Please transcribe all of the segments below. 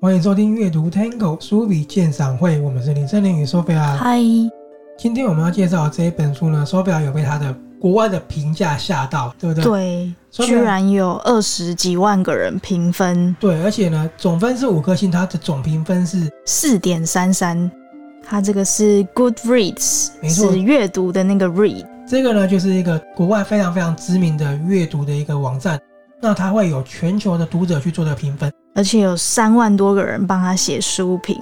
欢迎收听阅读 Tango 书笔鉴赏会，我们是林森林与 Sophia。嗨，今天我们要介绍的这一本书呢，Sophia 有被它的国外的评价吓到，对不对？对，说居明然有二十几万个人评分对而且呢，总分是五颗星，它的总评分是四点三三，它这个是 Goodreads，没错是阅读的那个 read，这个呢，就是一个国外非常非常知名的阅读的一个网站，那它会有全球的读者去做的评分，而且有三万多个人帮他写书评。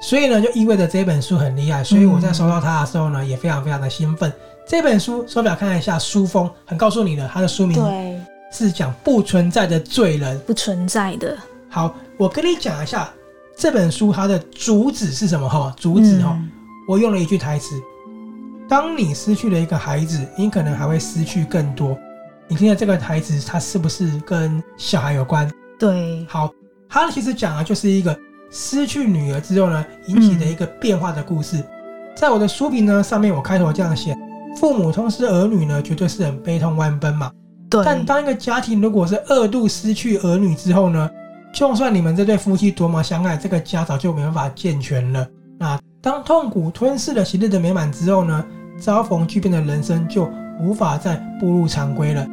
所以呢，就意味着这本书很厉害。所以我在嗯收到它的时候呢，也非常非常的兴奋。这本书手表看了一下书封，很告诉你了，它的书名对，是讲不存在的罪人。不存在的好，我跟你讲一下这本书它的主旨是什么哈？主旨哈，嗯我用了一句台词：当你失去了一个孩子，你可能还会失去更多。你听的这个台词，它是不是跟小孩有关？对，好，它其实讲的就是一个失去女儿之后呢，引起的一个变化的故事。在我的书评呢上面，我开头这样写：父母痛失儿女呢，绝对是很悲痛万分嘛。对，但当一个家庭如果是二度失去儿女之后呢，就算你们这对夫妻多么相爱，这个家早就没办法健全了。那当痛苦吞噬了昔日的美满之后呢，遭逢巨变的人生就无法再步入常规了。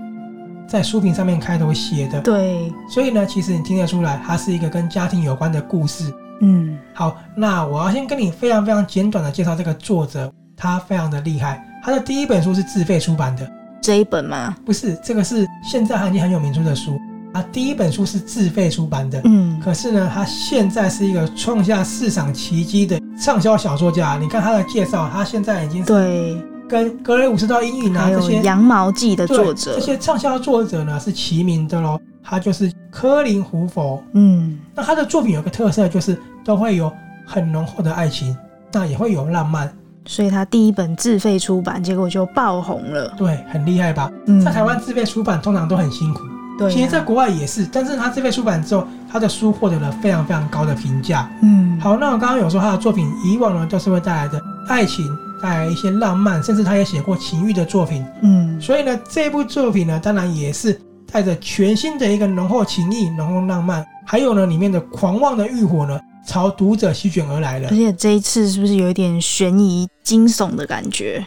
在书评上面开头写的，对，所以呢，其实你听得出来，它是一个跟家庭有关的故事。嗯，好，那我要先跟你非常非常简短的介绍这个作者，他非常的厉害。他的第一本书是自费出版的，这一本嘛，不是，这个是现在还已经很有名出的书啊。第一本书是自费出版的，嗯，可是呢，他现在是一个创下市场奇迹的畅销小说家。你看他的介绍，他现在已经是对，跟格雷五十道英语啊还这有些《羊毛记》的对作者这，些畅销作者呢是齐名的喽。他就是科林·胡佛。嗯，那他的作品有个特色，就是都会有很浓厚的爱情，那也会有浪漫，所以他第一本自费出版，结果就爆红了。对，很厉害吧？嗯，在台湾自费出版通常都很辛苦，对啊、其实，在国外也是，但是他自费出版之后，他的书获得了非常非常高的评价。嗯，好，那我刚刚有说他的作品以往呢，都是会带来的爱情，带来一些浪漫，甚至他也写过情欲的作品。嗯，所以呢，这部作品呢，当然也是带着全新的一个浓厚情意、浓厚浪漫，还有呢里面的狂妄的欲火呢，朝读者席卷而来了而。且这一次是不是有一点悬疑惊悚的感觉？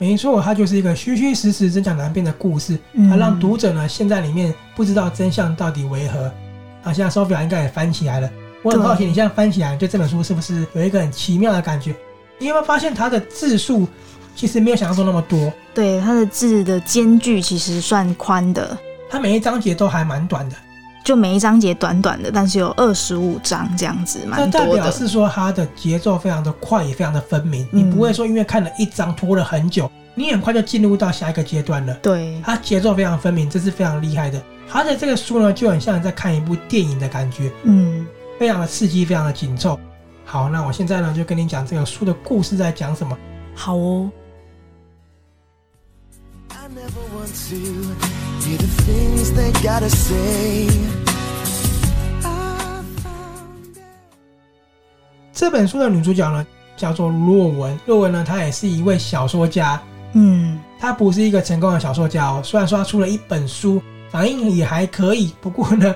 没错，它就是一个虚虚实实、真假难辨的故事，嗯它让读者呢陷在里面，不知道真相到底为何。啊，现在 Sophia 应该也翻起来了，我很对好奇你现在翻起来，你对这本书是不是有一个很奇妙的感觉？你有没有发现它的字数其实没有想象中那么多？对它的字的间距其实算宽的，它每一章节都还蛮短的，就每一章节短短的，但是有二十五章这样子，这蛮代多表的。是说它的节奏非常的快，也非常的分明。你嗯不会说因为看了一章拖了很久，你很快就进入到下一个阶段了。对，它节奏非常分明，这是非常厉害的。它的这个书呢，就很像你在看一部电影的感觉，嗯，非常的刺激，非常的紧凑。好，那我现在呢就跟你讲这个书的故事在讲什么。好哦， I never want to hear the things they gotta say. I found out. 这本书的女主角呢叫做洛文，洛文呢她也是一位小说家，嗯，她不是一个成功的小说家哦。虽然说她出了一本书，反应也还可以，不过呢，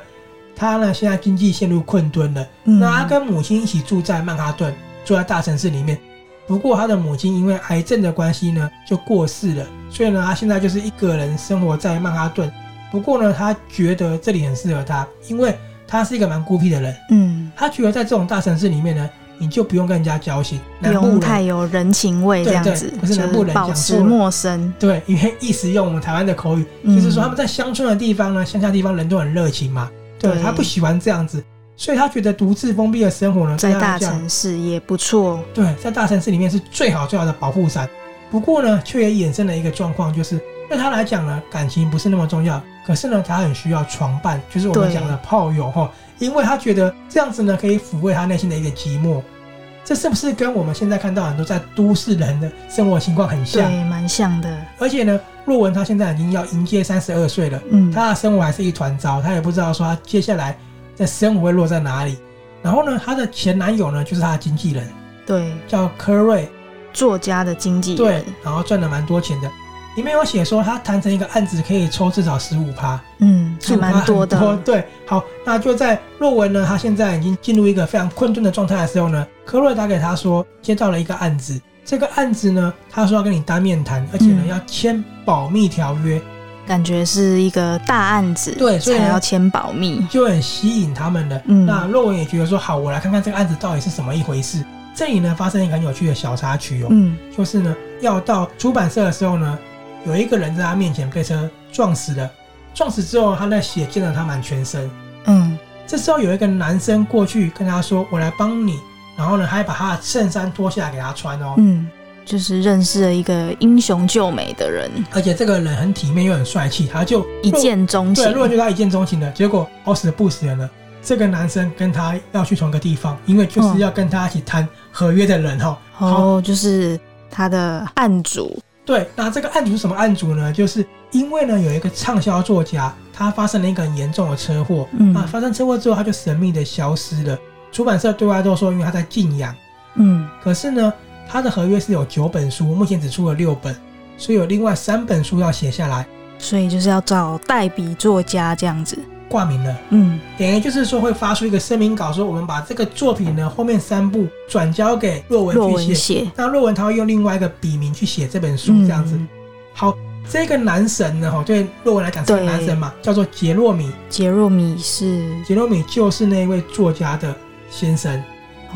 她呢现在经济陷入困顿了。嗯那他跟母亲一起住在曼哈顿，住在大城市里面。不过他的母亲因为癌症的关系呢，就过世了，所以呢，他现在就是一个人生活在曼哈顿。不过呢，他觉得这里很适合他，因为他是一个蛮孤僻的人。嗯，他觉得在这种大城市里面呢，你就不用跟人家交心，不南部用太人有人情味这样子对对，可是南部就人是保讲持错了陌生。对，因为一时用我们台湾的口语，嗯就是说他们在乡村的地方呢，乡下地方人都很热情嘛。对对他不喜欢这样子，所以他觉得独自封闭的生活呢，在对他来大讲城市也不错，对，在大城市里面是最好最好的保护伞。不过呢，却也衍生了一个状况，就是对他来讲呢，感情不是那么重要，可是呢，他很需要床伴，就是我们对讲的炮友哈，因为他觉得这样子呢，可以抚慰他内心的一个寂寞。这是不是跟我们现在看到很多在都市人的生活情况很像？对，蛮像的。而且呢，若文他现在已经要迎接三十二岁了，嗯，他的生活还是一团糟，他也不知道说他接下来的生活会落在哪里。然后呢，她的前男友呢，就是她的经纪人，对，叫科瑞，作家的经纪对人，，然后赚了蛮多钱的。里面有写说他谈成一个案子可以抽至少十五趴，嗯，还15%蛮多的，很对，好，那就在洛文呢，他现在已经进入一个非常困顿的状态的时候呢，科瑞打给他说接到了一个案子，这个案子呢，他说要跟你当面谈，而且呢、嗯要签保密条约，感觉是一个大案子，对所以才呢要签保密，就很吸引他们的。嗯那洛文也觉得说好，我来看看这个案子到底是什么一回事。这里呢发生一个很有趣的小插曲哦，嗯，就是呢，要到出版社的时候呢，有一个人在他面前被车撞死了。撞死之后，他的血溅得他满全身。嗯，这时候有一个男生过去跟他说：“我来帮你。”然后呢，还把他的衬衫脱下来给他穿哦。嗯，就是认识了一个英雄救美的人，而且这个人很体面又很帅气，他就一见钟情哦对，，洛文对他一见钟情的。结果好死不死的呢，这个男生跟他要去同一个地方，因为就是要跟他一起谈合约的人哦。好，哦，就是他的案主，对，那这个案主是什么案主呢？就是因为呢有一个畅销作家，他发生了一个很严重的车祸，嗯啊，发生车祸之后他就神秘的消失了。出版社对外都说，因为他在静养，嗯，可是呢，他的合约是有九本书，目前只出了六本，所以有另外三本书要写下来，所以就是要找代笔作家这样子，挂名了。嗯等于就是说会发出一个声明稿，说我们把这个作品呢后面三部转交给若文若去文写。写，那若文他会用另外一个笔名去写这本书，这样子。嗯好，这个男神呢，哈，对若文来讲是个对男神嘛，叫做杰洛米。杰若米是杰洛米就是那一位作家的先生，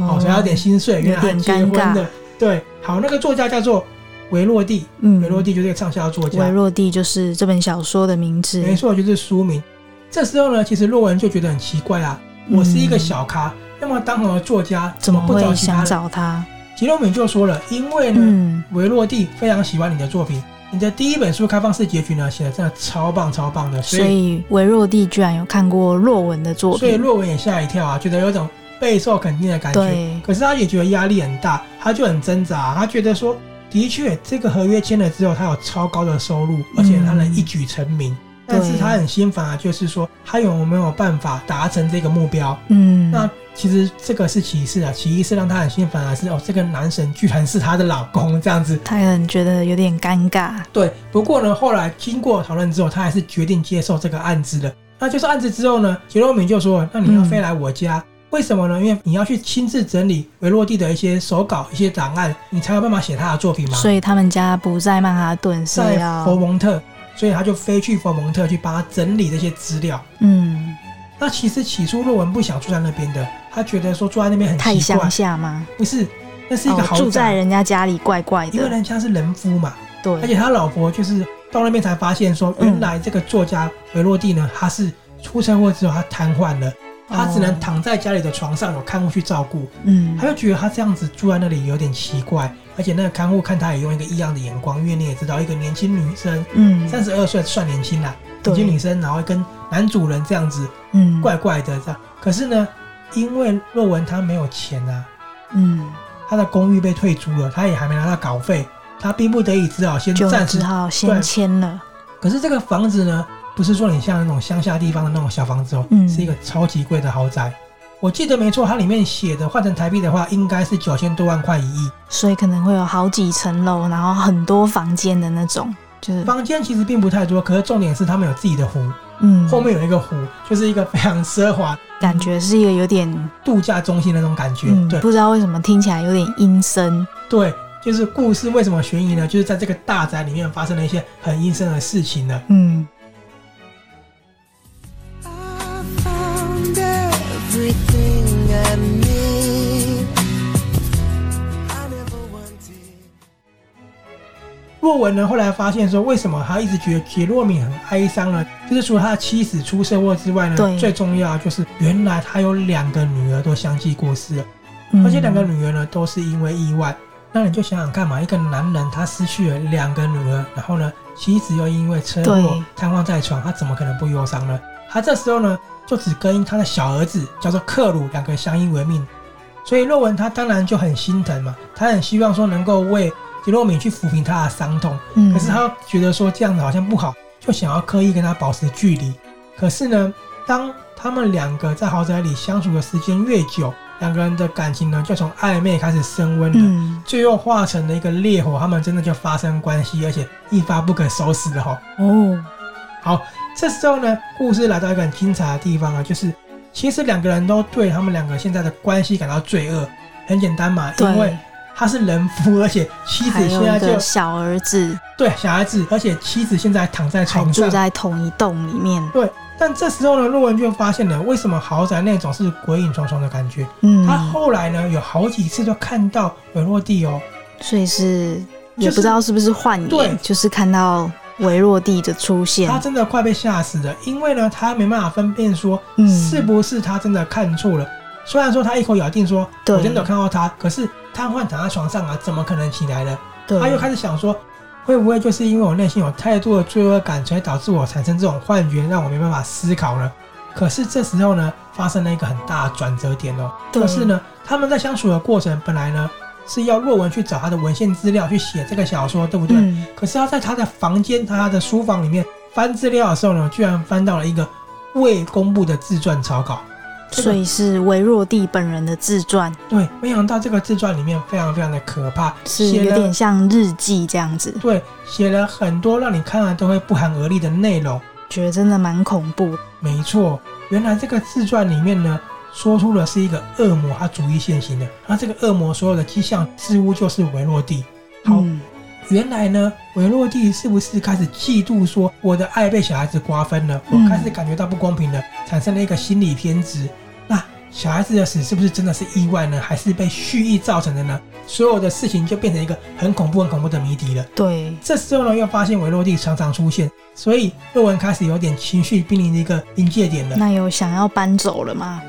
哦，所以他有点心碎，原来他有点结尴婚尬的。对，好，那个作家叫做维洛蒂，嗯维洛蒂就是一个畅销作维家，洛蒂就是这本小说的名字，没错，就是书名。这时候呢，其实洛文就觉得很奇怪啊，我是一个小咖，那么当红的作家嗯怎么不找会其他想人？找他？杰洛米就说了，因为呢，嗯，维洛蒂非常喜欢你的作品，你的第一本书开放式结局呢写的真的超棒超棒的，所所以以维洛蒂居然有看过洛文的作所以品，洛文也吓一跳啊，觉得有一种备受肯定的感觉。对，可是他也觉得压力很大，他就很挣扎，啊他觉得说，的确这个合约签了之后，他有超高的收嗯入，而且他能一举成名。但是他很心烦啊，就是说他有没有办法达成这个目标？嗯，那其实这个是其次啊，其一是让他很心烦啊，是哦，这个男神居然是她的老公这样子。他可能觉得有点尴尬，对，不过呢，后来经过讨论之后，他还是决定接受这个案子的。那接受案子之后呢，杰洛米就说：“那你要飞来我家，嗯为什么呢？因为你要去亲自整理维洛蒂的一些手稿、一些档案，你才有办法写他的作品嘛。所以他们家不在曼哈顿，是在佛要蒙特，所以他就飞去佛蒙特去帮他整理这些资料。嗯那其实起初洛文不想住在那边的，他觉得说住在那边很太奇怪乡，下吗？不是，那是一个哦，豪住在宅，人家家里怪怪因为的，人家是人夫嘛。而且对，他老婆就是到那边才发现说，嗯原来这个作家维洛蒂呢，他是出车祸之后他瘫痪了，他只能躺在家里的床上，有看护去照顾。哦嗯他，就觉得他这样子住在那里有点奇怪，而且那个看护看他也用一个异样的眼光，因为你也知道，一个年轻女生，嗯，三十二岁算年轻啦，对年轻女生，然后跟男主人这样子嗯，怪怪的这样。可是呢，因为洛文他没有钱啊，嗯，他的公寓被退租了，他也还没拿到稿费，他逼不得已只好先就暂时只好对先签了，可是这个房子呢，不是说你像那种乡下地方的那种小房子哦，嗯是一个超级贵的豪宅。我记得没错，它里面写的换成台币的话，应该是九千多万块一亿。所以可能会有好几层楼，然后很多房间的那种，就是房间其实并不太多，可是重点是他们有自己的湖，嗯，后面有一个湖，就是一个非常奢华感觉是一个有点度假中心的那种感觉。嗯，对不知道为什么听起来有点阴森，对，就是故事为什么悬疑呢？就是在这个大宅里面发生了一些很阴森的事情呢。嗯 I found everything I need. I never wanted. 洛文呢，后来发现说，为什么他一直觉得杰洛米很哀伤呢？就是除了他的妻子出车祸之外呢，对最重要的就是原来他有两个女儿都相继过世了，嗯，而且两个女儿呢都是因为意外。那你就想想看嘛，一个男人他失去了两个女儿，然后呢，妻子又因为车祸对瘫痪在床，他怎么可能不忧伤呢？他这时候呢，就只跟他的小儿子叫做克鲁两个相依为命，所以洛文他当然就很心疼嘛，他很希望说能够为杰洛米去抚平他的伤痛。嗯，可是他觉得说这样子好像不好，就想要刻意跟他保持距离。可是呢，当他们两个在豪宅里相处的时间越久，两个人的感情呢就从暧昧开始升温了，嗯，最后化成了一个烈火，他们真的就发生关系，而且一发不可收拾的哈。哦，好，这时候呢，故事来到一个很精彩的地方啊，就是其实两个人都对他们两个现在的关系感到罪恶。很简单嘛，因为对，他是人夫，而且妻还子有现在一就个小儿子对小孩子，而且妻子现在躺在还床住上。在同一栋里面，但这时候呢，陆文就发现了为什么豪宅内总是鬼影重重的感觉。嗯，他后来呢，有好几次都看到韦洛蒂哦，所以是就也是不知道是不是幻影，对就是看到维洛蒂的出现他，真的快被吓死了，因为呢，他没办法分辨说嗯，是不是他真的看错了。虽然说他一口咬定说对我真的有看到他，可是瘫痪躺在床上啊，怎么可能起来呢？对，他又开始想说，会不会就是因为我内心有太多的罪恶感，所以导致我产生这种幻觉，让我没办法思考呢？可是这时候呢，发生了一个很大的转折点哦，对就是呢，他们在相处的过程本来呢是要洛文去找他的文献资料去写这个小说，对不对？嗯，可是他在他的房间、他的书房里面翻资料的时候呢，居然翻到了一个未公布的自传草稿。这个所以是维洛蒂本人的自传，对，没想到这个自传里面非常非常的可怕，是写有了点像日记这样子，对，写了很多让你看了都会不寒而栗的内容。觉得真的蛮恐怖，没错，原来这个自传里面呢，说出的是一个恶魔，他逐一现形的。那这个恶魔所有的迹象似乎就是维洛蒂。好，嗯，原来呢，维洛蒂是不是开始嫉妒说我的爱被小孩子瓜分了？我嗯开始感觉到不公平了，产生了一个心理偏执。那小孩子的死是不是真的是意外呢？还是被蓄意造成的呢？所有的事情就变成一个很恐怖、很恐怖的谜底了。对，这时候呢，又发现维洛蒂常常出现，所以论文开始有点情绪濒临的一个临界点了。那有想要搬走了吗？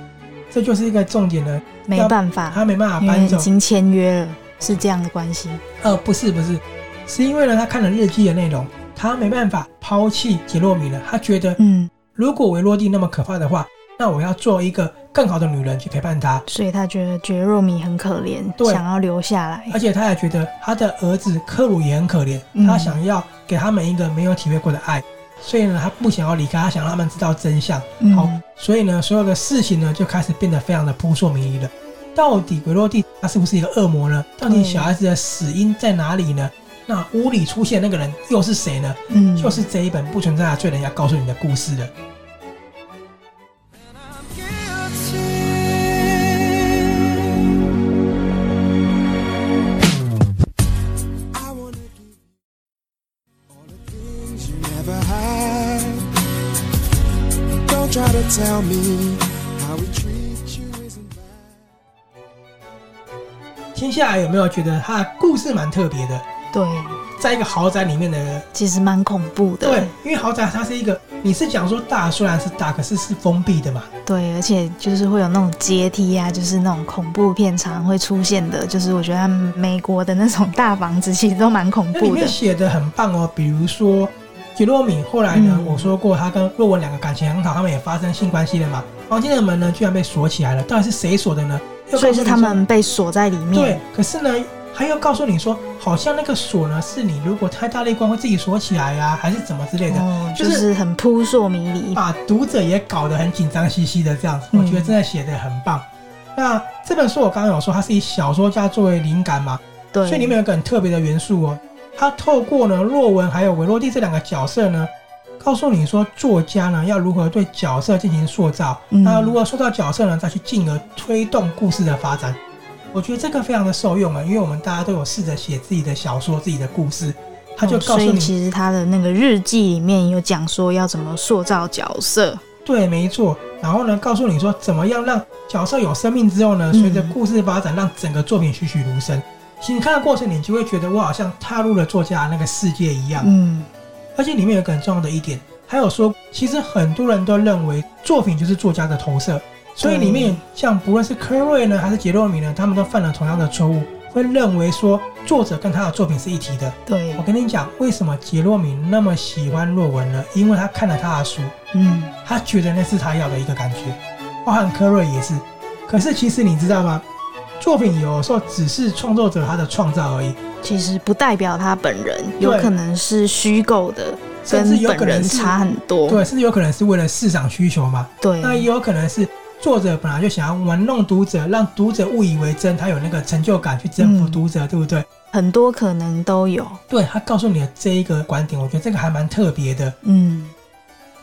这就是一个重点了，没办法，他没办法因为啊搬已走。经签约了，是这样的关系，呃，不是不是，是因为呢，他看了日记的内容，他没办法抛弃杰洛米了。他觉得嗯，如果维洛蒂那么可怕的话，那我要做一个更好的女人去陪伴她。所以他觉得觉得若米很可怜，对想要留下来，而且他也觉得他的儿子克鲁也很可怜，嗯他想要给他们一个没有体会过的爱，所以呢，他不想要离开，他想让他们知道真相。嗯好，所以呢，所有的事情呢就开始变得非常的扑朔迷离了。到底维洛蒂他是不是一个恶魔呢？到底对小孩子的死因在哪里呢？那屋里出现那个人又是谁呢？嗯，就是这一本不存在的罪人要告诉你的故事了。 I'm guilty. I wanna give you all the things you never had. Don't try to tell me how we treat you isn't bad. 听下来有没有觉得他的故事蛮特别的？对，在一个豪宅里面的，其实蛮恐怖的，对，因为豪宅它是一个，你是讲说大虽然是大，可是是封闭的嘛，对，而且就是会有那种阶梯啊，就是那种恐怖片常会出现的，就是我觉得美国的那种大房子其实都蛮恐那里怖面的。写的很棒哦，比如说杰洛米后来呢，嗯我说过他跟洛文两个感情很好，他们也发生性关系了嘛。房间的门呢，居然被锁起来了，到底是谁锁的呢？又所以告诉是你他说们被锁在里面对，，可是呢，他又告诉你说，好像那个锁呢，是你如果太大力关会自己锁起来呀、还是怎么之类的，哦，就啊就是是很扑朔迷离。把读者也搞得很紧张兮兮的这样子，我嗯觉得真的写的很棒。那这本书我刚刚有说，它是以小说家作为灵感嘛，对，所以里面有一个很特别的元素哦，它透过呢洛文还有维洛蒂这两个角色呢，告诉你说作家呢要如何对角色进行塑造，嗯那如何塑造角色呢，再去进而推动故事的发展。我觉得这个非常的受用啊，因为我们大家都有试着写自己的小说、自己的故事，他就哦告所诉以你，其实他的那个日记里面有讲说要怎么塑造角色。对，没错。然后呢，告诉你说怎么样让角色有生命之后呢，嗯随着故事发展，让整个作品栩栩如生。其实你看的过程，你就会觉得我好像踏入了作家的那个世界一样。嗯，而且里面有一个很重要的一点，还有说，其实很多人都认为作品就是作家的投射，所以里面像不论是科瑞呢，还是杰洛米呢，他们都犯了同样的错误，会认为说作者跟他的作品是一体的。对我，跟你讲，为什么杰洛米那么喜欢洛文呢？因为他看了他的书，嗯，他觉得那是他要的一个感觉，包含科瑞也是。可是其实你知道吗？作品有时候只是创作者他的创造而已，其实不代表他本人，有对可能是虚构的，甚跟至有本可能人是差很多。对，甚至有可能是为了市场需求嘛。对，那也有可能是作者本来就想要玩弄读者，让读者误以为真，他有那个成就感去征服嗯读者，对不对？很多可能都有。对他告诉你的这一个观点，我觉得这个还蛮特别的。嗯，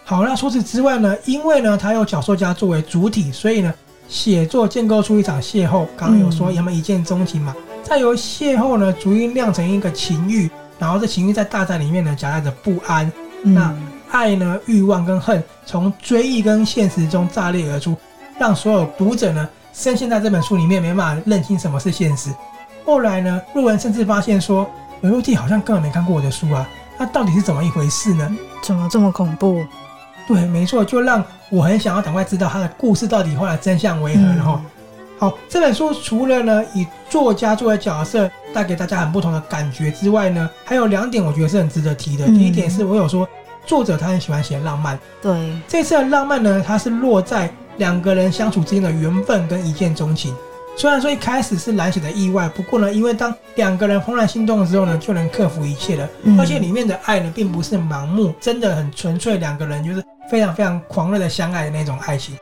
好，那除此之外呢，因为呢，他有小说家作为主体，所以呢，写作建构出一场邂逅。刚刚有说嗯有没有一见钟情嘛？再由邂逅呢，逐一酿成一个情欲，然后这情欲在大战里面呢，夹带着不安、嗯那爱呢、欲望跟恨，从追忆跟现实中炸裂而出，让所有读者呢，深陷在这本书里面，没办法认清什么是现实。后来呢，瑞文甚至发现说，刘若弟好像根本没看过我的书啊，那到底是怎么一回事呢？怎么这么恐怖？对，没错，就让我很想要赶快知道他的故事到底后来真相为何。啊嗯然后，好，这本书除了呢以作家作为角色带给大家很不同的感觉之外呢，还有两点我觉得是很值得提的。嗯第一点是我有说，作者他很喜欢写浪漫，对，这次的浪漫呢，它是落在两个人相处之间的缘分跟一见钟情。虽然说一开始是蓝写的意外，不过呢，因为当两个人怦然心动的时候呢，就能克服一切了。嗯而且里面的爱呢，并不是盲目，真的很纯粹，两个人就是非常非常狂热的相爱的那种爱情。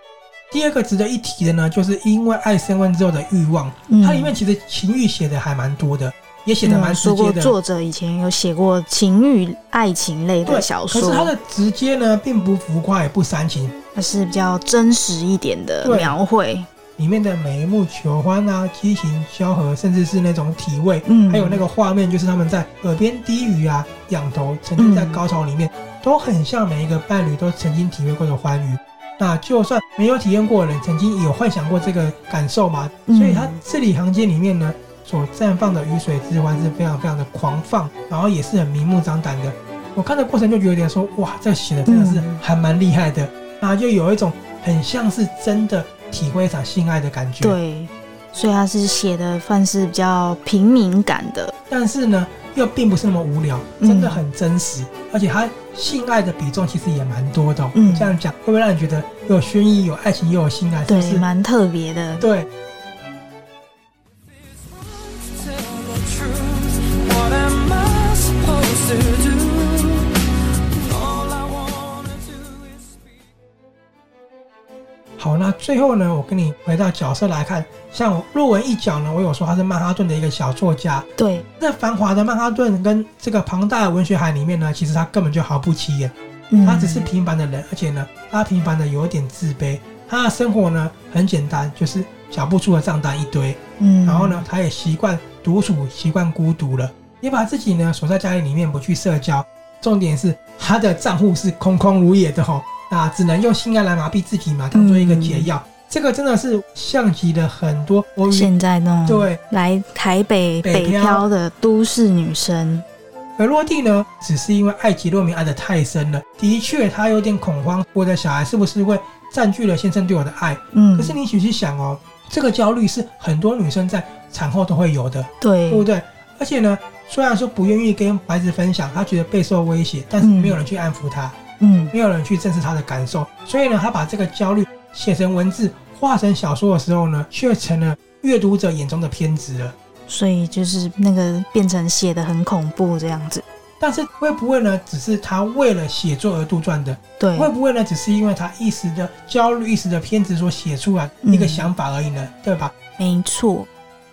第二个值得一提的呢，就是因为爱升温之后的欲望，嗯它里面其实情欲写的还蛮多的，也写的蛮嗯直说接过，的。作者以前有写过情欲、爱情类对的小，可是说，它的直接呢，并不浮夸，也不煽情，它是比较真实一点的对描绘。里面的每一幕求欢啊、激情、交合，甚至是那种体味，嗯，还有那个画面，就是他们在耳边低语啊、仰头，沉浸在高潮里面，都很像每一个伴侣都曾经体会过的欢愉。那就算没有体验过的人，曾经有幻想过这个感受嘛？嗯所以他字里行间里面呢，所绽放的雨水之欢是非常非常的狂放，然后也是很明目张胆的。我看的过程就觉得有点说，哇，这写的真的是嗯还蛮厉害的，那就有一种很像是真的体会一场性爱的感觉。对，所以它是写的算是比较平民感的。但是呢，又并不是那么无聊，嗯真的很真实，而且它性爱的比重其实也蛮多的、哦。嗯这样讲会不会让你觉得有悬疑、有爱情、又有性爱？是不对，是？蛮特别的。对， Tell the truth. What am I supposed to do? All I wanna do is speak. 好，那最后呢，我跟你回到角色来看，像我洛文一角呢，我有说他是曼哈顿的一个小作家。对，在繁华的曼哈顿跟这个庞大的文学海里面呢，其实他根本就毫不起眼，嗯，他只是平凡的人，而且呢，他平凡的有点自卑。他的生活呢很简单，就是小不出的账单一堆，嗯，然后呢，他也习惯独处，习惯孤独了，也把自己呢锁在家里里面不去社交。重点是他的账户是空空如也的吼，那只能用性爱来麻痹自己嘛，当做一个解药。嗯这个真的是像极了很多我与现在那种对来台北北北漂漂的都市女生，而落地呢，只是因为爱极洛明爱得太深了，的确他有点恐慌，我的小孩是不是会占据了先生对我的爱？嗯，可是你仔细想哦，这个焦虑是很多女生在产后都会有的。对对不对？而且呢，虽然说不愿意跟孩子分享，他觉得备受威胁，但是嗯没有人去安抚他，嗯没有人去正视他的感受，所以呢，他把这个焦虑写成文字，化成小说的时候呢，却成了阅读者眼中的偏执了。所以就是那个变成写的很恐怖这样子，但是会不会呢？只是他为了写作而杜撰的？对，会不会呢？只是因为他一时的焦虑、一时的偏执所写出来一个想法而已呢？对吧？没错，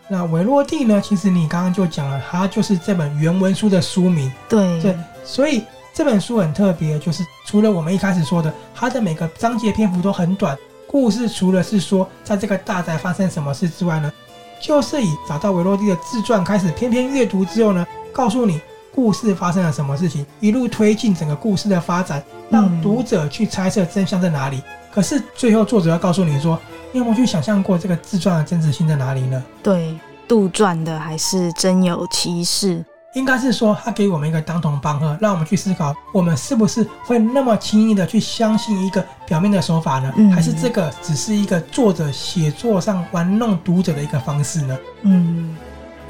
那韦洛蒂呢？其实你刚刚就讲了，它就是这本原文书的书名。对对所以这本书很特别，就是除了我们一开始说的，它的每个章节篇幅都很短。故事除了是说在这个大宅发生什么事之外呢，就是以找到维洛蒂的自传开始，偏偏阅读之后呢，告诉你故事发生了什么事情，一路推进整个故事的发展，让嗯读者去猜测真相在哪里。可是最后作者要告诉你说，你有没有去想象过这个自传的真实性在哪里呢？对，杜撰的还是真有其事，应该是说，他给我们一个当头棒喝，让我们去思考，我们是不是会那么轻易的去相信一个表面的手法呢？嗯还是这个只是一个作者写作上玩弄读者的一个方式呢？嗯，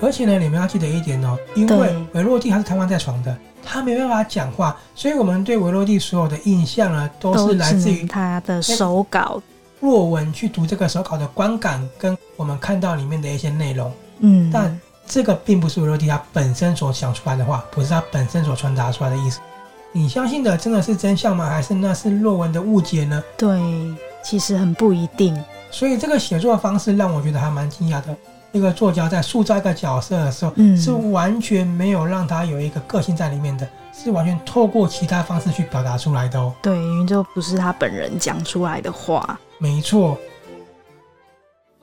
而且呢，你们要记得一点哦，因为对维洛蒂他是瘫痪在床的，他没办法讲话，所以我们对维洛蒂所有的印象呢，都都是来只自能于他的手稿，若文去读这个手稿的观感，跟我们看到里面的一些内容。嗯，但这个并不是维罗蒂他本身所想出来的话，不是他本身所传达出来的意思。你相信的真的是真相吗？还是那是洛文的误解呢？对，其实很不一定。所以这个写作方式让我觉得还蛮惊讶的。一个作家在塑造一个角色的时候，嗯是完全没有让他有一个个性在里面的，是完全透过其他方式去表达出来的哦。对，因为这不是他本人讲出来的话。没错，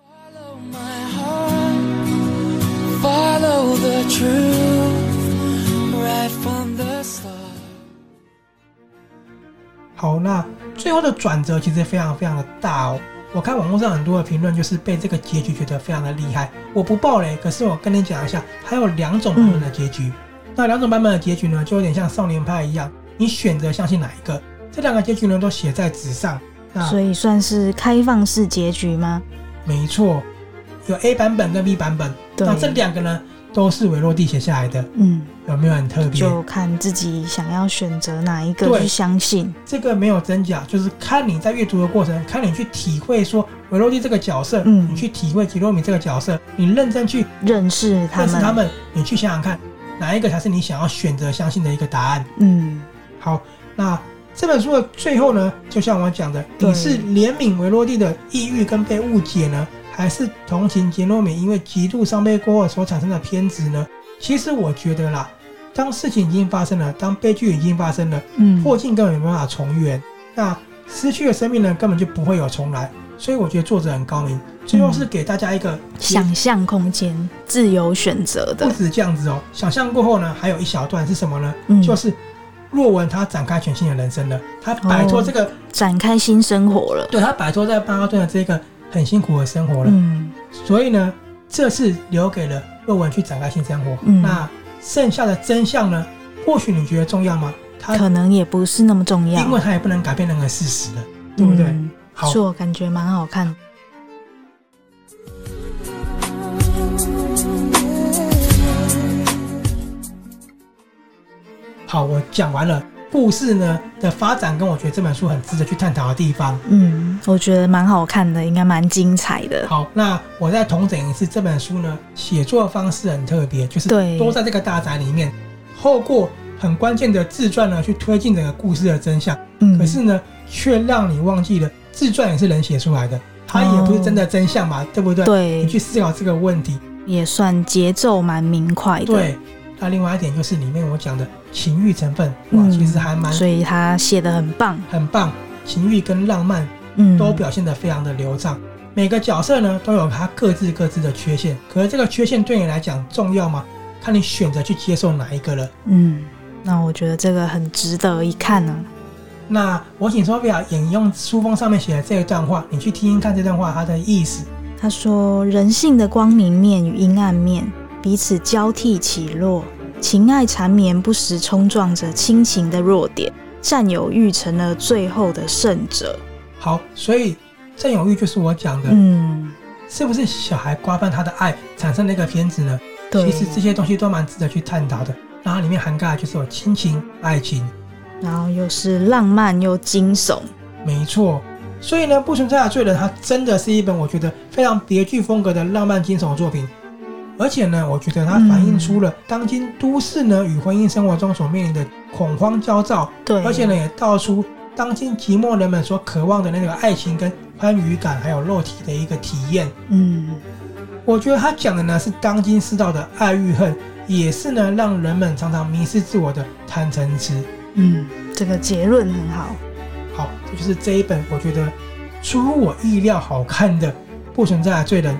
Follow my heart, follow the truth right from the start. 好，那最后的转折其实非常非常的大哦。我看网络上很多的评论，就是被这个结局觉得非常的厉害。我不爆雷，可是我跟你讲一下，还有两种版本的结局。嗯那两种版本的结局呢，就有点像少年派一样，你选择相信哪一个？这两个结局呢，都写在纸上。那所以算是开放式结局吗？没错，有 A 版本跟 B 版本。对那这两个呢，都是维洛蒂写下来的，嗯，有没有很特别？就看自己想要选择哪一个对去相信。这个没有真假，就是看你在阅读的过程，看你去体会说维洛蒂这个角色，嗯你去体会吉洛米这个角色，你认真去认识他认识们，他们，你去想想看，哪一个才是你想要选择相信的一个答案。嗯，好，那这本书的最后呢，就像我讲的，对你是怜悯维洛蒂的抑郁跟被误解呢，还是同情杰诺米因为极度伤悲过后所产生的偏执呢？其实我觉得啦，当事情已经发生了，当悲剧已经发生了，嗯，破镜根本没办法重圆，那失去的生命呢，根本就不会有重来。所以我觉得作者很高明，最后是给大家一个想象空间，自由选择不的，止这样子哦。想象过后呢，还有一小段是什么呢？嗯，就是若文他展开全新的人生了，他摆哦脱这个，展开新生活了。对他摆脱在曼哈顿的这个很辛苦的生活了。嗯，所以呢，这次留给了若文去展开新生活。嗯那剩下的真相呢？或许你觉得重要吗？他可能也不是那么重要，啊因为他也不能改变任何事实了，对不对？嗯好，是我感觉蛮好看的。好，我讲完了故事呢的发展，跟我觉得这本书很值得去探讨的地方。嗯，我觉得蛮好看的，应该蛮精彩的。好，那我再重整一次这本书呢，写作方式很特别，就是对都在这个大宅里面，透过很关键的自传呢去推进整个故事的真相。嗯，可是呢，却让你忘记了自传也是人写出来的，它也不是真的真相嘛，对不对？你嗯对，去思考这个问题。也算节奏蛮明快的。对，那另外一点就是里面我讲的情欲成分，哇，嗯其实还蛮所以他写的很棒。很棒，情欲跟浪漫嗯，都表现得非常的流畅。每个角色呢都有他各自各自的缺陷，可是这个缺陷对你来讲重要吗？看你选择去接受哪一个了。嗯，那我觉得这个很值得一看啊呢、那我请 Sophia 引用书封上面写的这一段话，你去听听看这段话它的意思。他说：“人性的光明面与阴暗面彼此交替起落，情爱缠绵，不时冲撞着亲情的弱点，占有欲成了最后的胜者。好，所以占有欲就是我讲”的，嗯，是不是小孩瓜分他的爱产生了一个偏执呢？对其。实这些东西都蛮值得去探讨的。然后里面涵盖的就是有亲情、爱情，然后又是浪漫又惊悚，没错。所以呢，《不存在的罪人》它真的是一本我觉得非常别具风格的浪漫惊悚作品，而且呢，我觉得它反映出了当今都市呢与婚姻生活中所面临的恐慌焦躁，对，而且呢也道出当今寂寞人们所渴望的那个爱情跟欢愉感，还有肉体的一个体验。嗯，我觉得他讲的呢是当今世道的爱与恨，也是呢让人们常常迷失自我的贪嗔痴。嗯，这个结论很好。好，这就是这一本我觉得出乎我意料好看的《不存在的罪人》。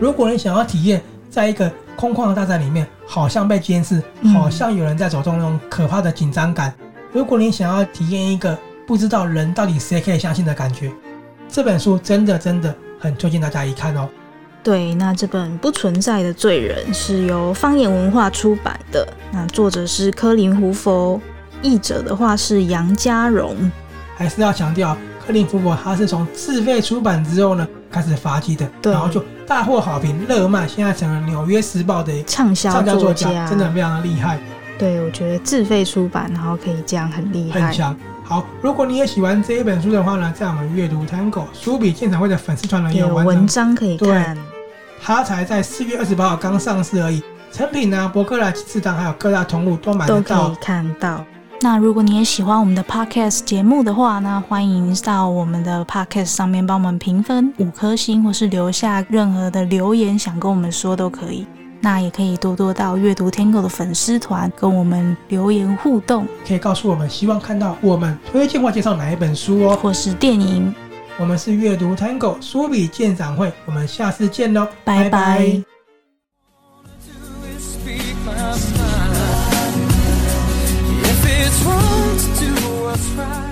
如果你想要体验在一个空旷的大宅里面，好像被监视，嗯好像有人在走动那种可怕的紧张感；如果你想要体验一个不知道人到底谁可以相信的感觉，这本书真的真的很推荐大家一看哦。对，那这本《不存在的罪人》是由方言文化出版的，那作者是柯林·胡佛，译者的话是杨家荣。还是要强调，克林福伯他是从自费出版之后呢开始发迹的，对然后就大获好评，热卖，现在成了《纽约时报》的畅销畅销作家，家，真的非常的厉害，对，我觉得自费出版，然后可以这样很厉很害。强。好，如果你也喜欢这一本书的话呢，在我们阅读 Tango 书笔鉴赏会的粉丝团呢也有有完文整，章可以看，它才在四月二十八号刚上市而已。成品呢、博客来、次档还有各大通路都买得都可到以。看到。那如果你也喜欢我们的 podcast 节目的话，那欢迎到我们的 podcast 上面帮我们评分五颗星，或是留下任何的留言，想跟我们说都可以。那也可以多多到阅读天狗的粉丝团跟我们留言互动，可以告诉我们希望看到我们推荐或介绍哪一本书哦。或是电影。我们是阅读 Tango 书笔鉴赏会，我们下次见喽，拜拜拜 do is speak my mind. If it's wrong to do what's right.